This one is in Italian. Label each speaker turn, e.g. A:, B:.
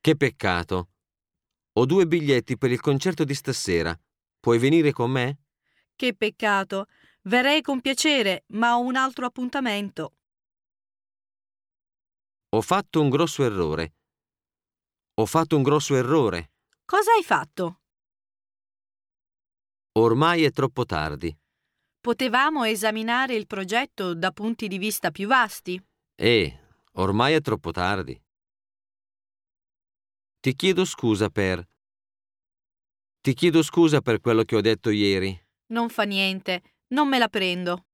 A: Che peccato. Ho due biglietti per il concerto di stasera. Puoi venire con me?
B: Che peccato. Verrei con piacere, ma ho un altro appuntamento.
A: Ho fatto un grosso errore. Ho fatto un grosso errore.
B: Cosa hai fatto?
A: Ormai è troppo tardi.
B: Potevamo esaminare il progetto da punti di vista più vasti.
A: Eh, ormai è troppo tardi. Ti chiedo scusa per... Ti chiedo scusa per quello che ho detto ieri.
B: Non fa niente, non me la prendo.